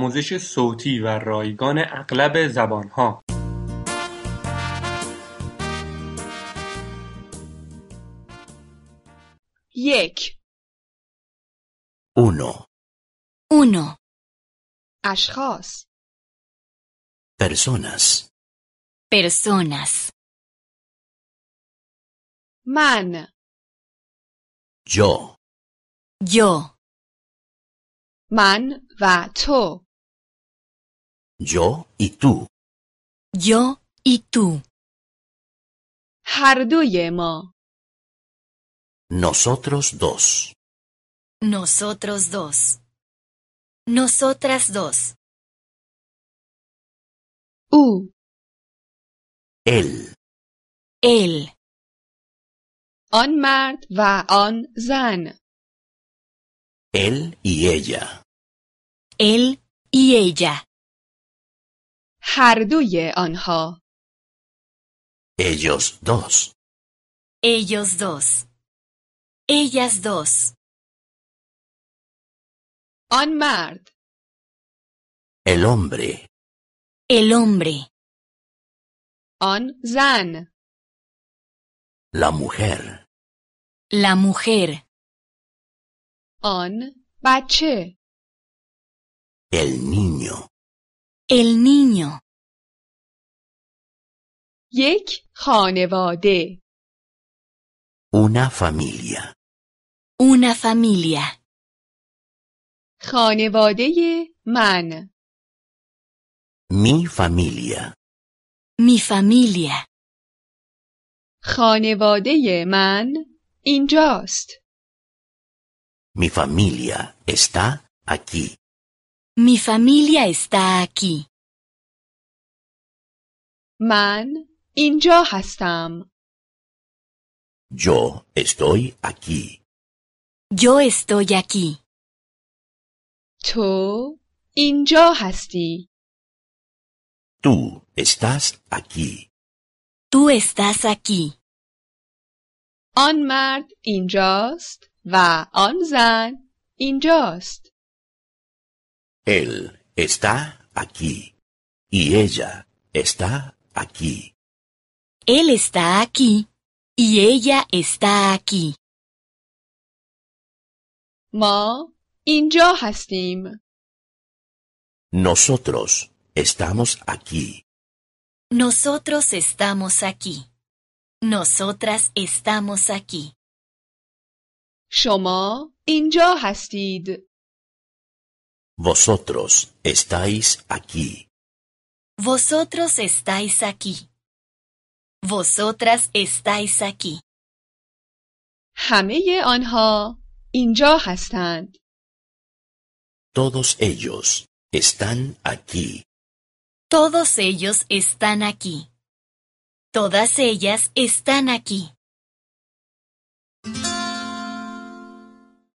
آموزش صوتی و رایگان اغلب زبانها یک Uno. Uno. اشخاص Personas. Personas. من Yo. Yo, من و تو Yo y tú. yo y tú. هر دوی ما Nosotros dos. Nosotros dos. Nosotras dos. او Él. Él. آن مرد و آن زن Él y ella. Él y ella. هر دوی آنها Ellos dos. Ellos dos. Ellas dos. آن مرد El hombre. El hombre. آن زن La mujer. La mujer. آن بچه El niño. El niño. یک خانواده Una familia. Una familia. خانواده من Mi familia. Mi familia. خانواده من اینجاست Mi familia está aquí. Mi familia está aquí. من اینجا هستم Yo estoy aquí. Yo estoy aquí. تو اینجا هستی Tú estás aquí. Tú estás aquí. آن مرد اینجاست و آن زن اینجاست Él está aquí. Y ella está aquí. Él está aquí. Y ella está aquí. ما اینجا هستیم Nosotros estamos aquí. Nosotros estamos aquí. Nosotras estamos aquí. شما اینجا هستید Vosotros estáis aquí. Vosotros estáis aquí. Vosotras estáis aquí. همه آنها اینجا هستند Todos ellos están aquí. Todos ellos están aquí. Todas ellas están aquí.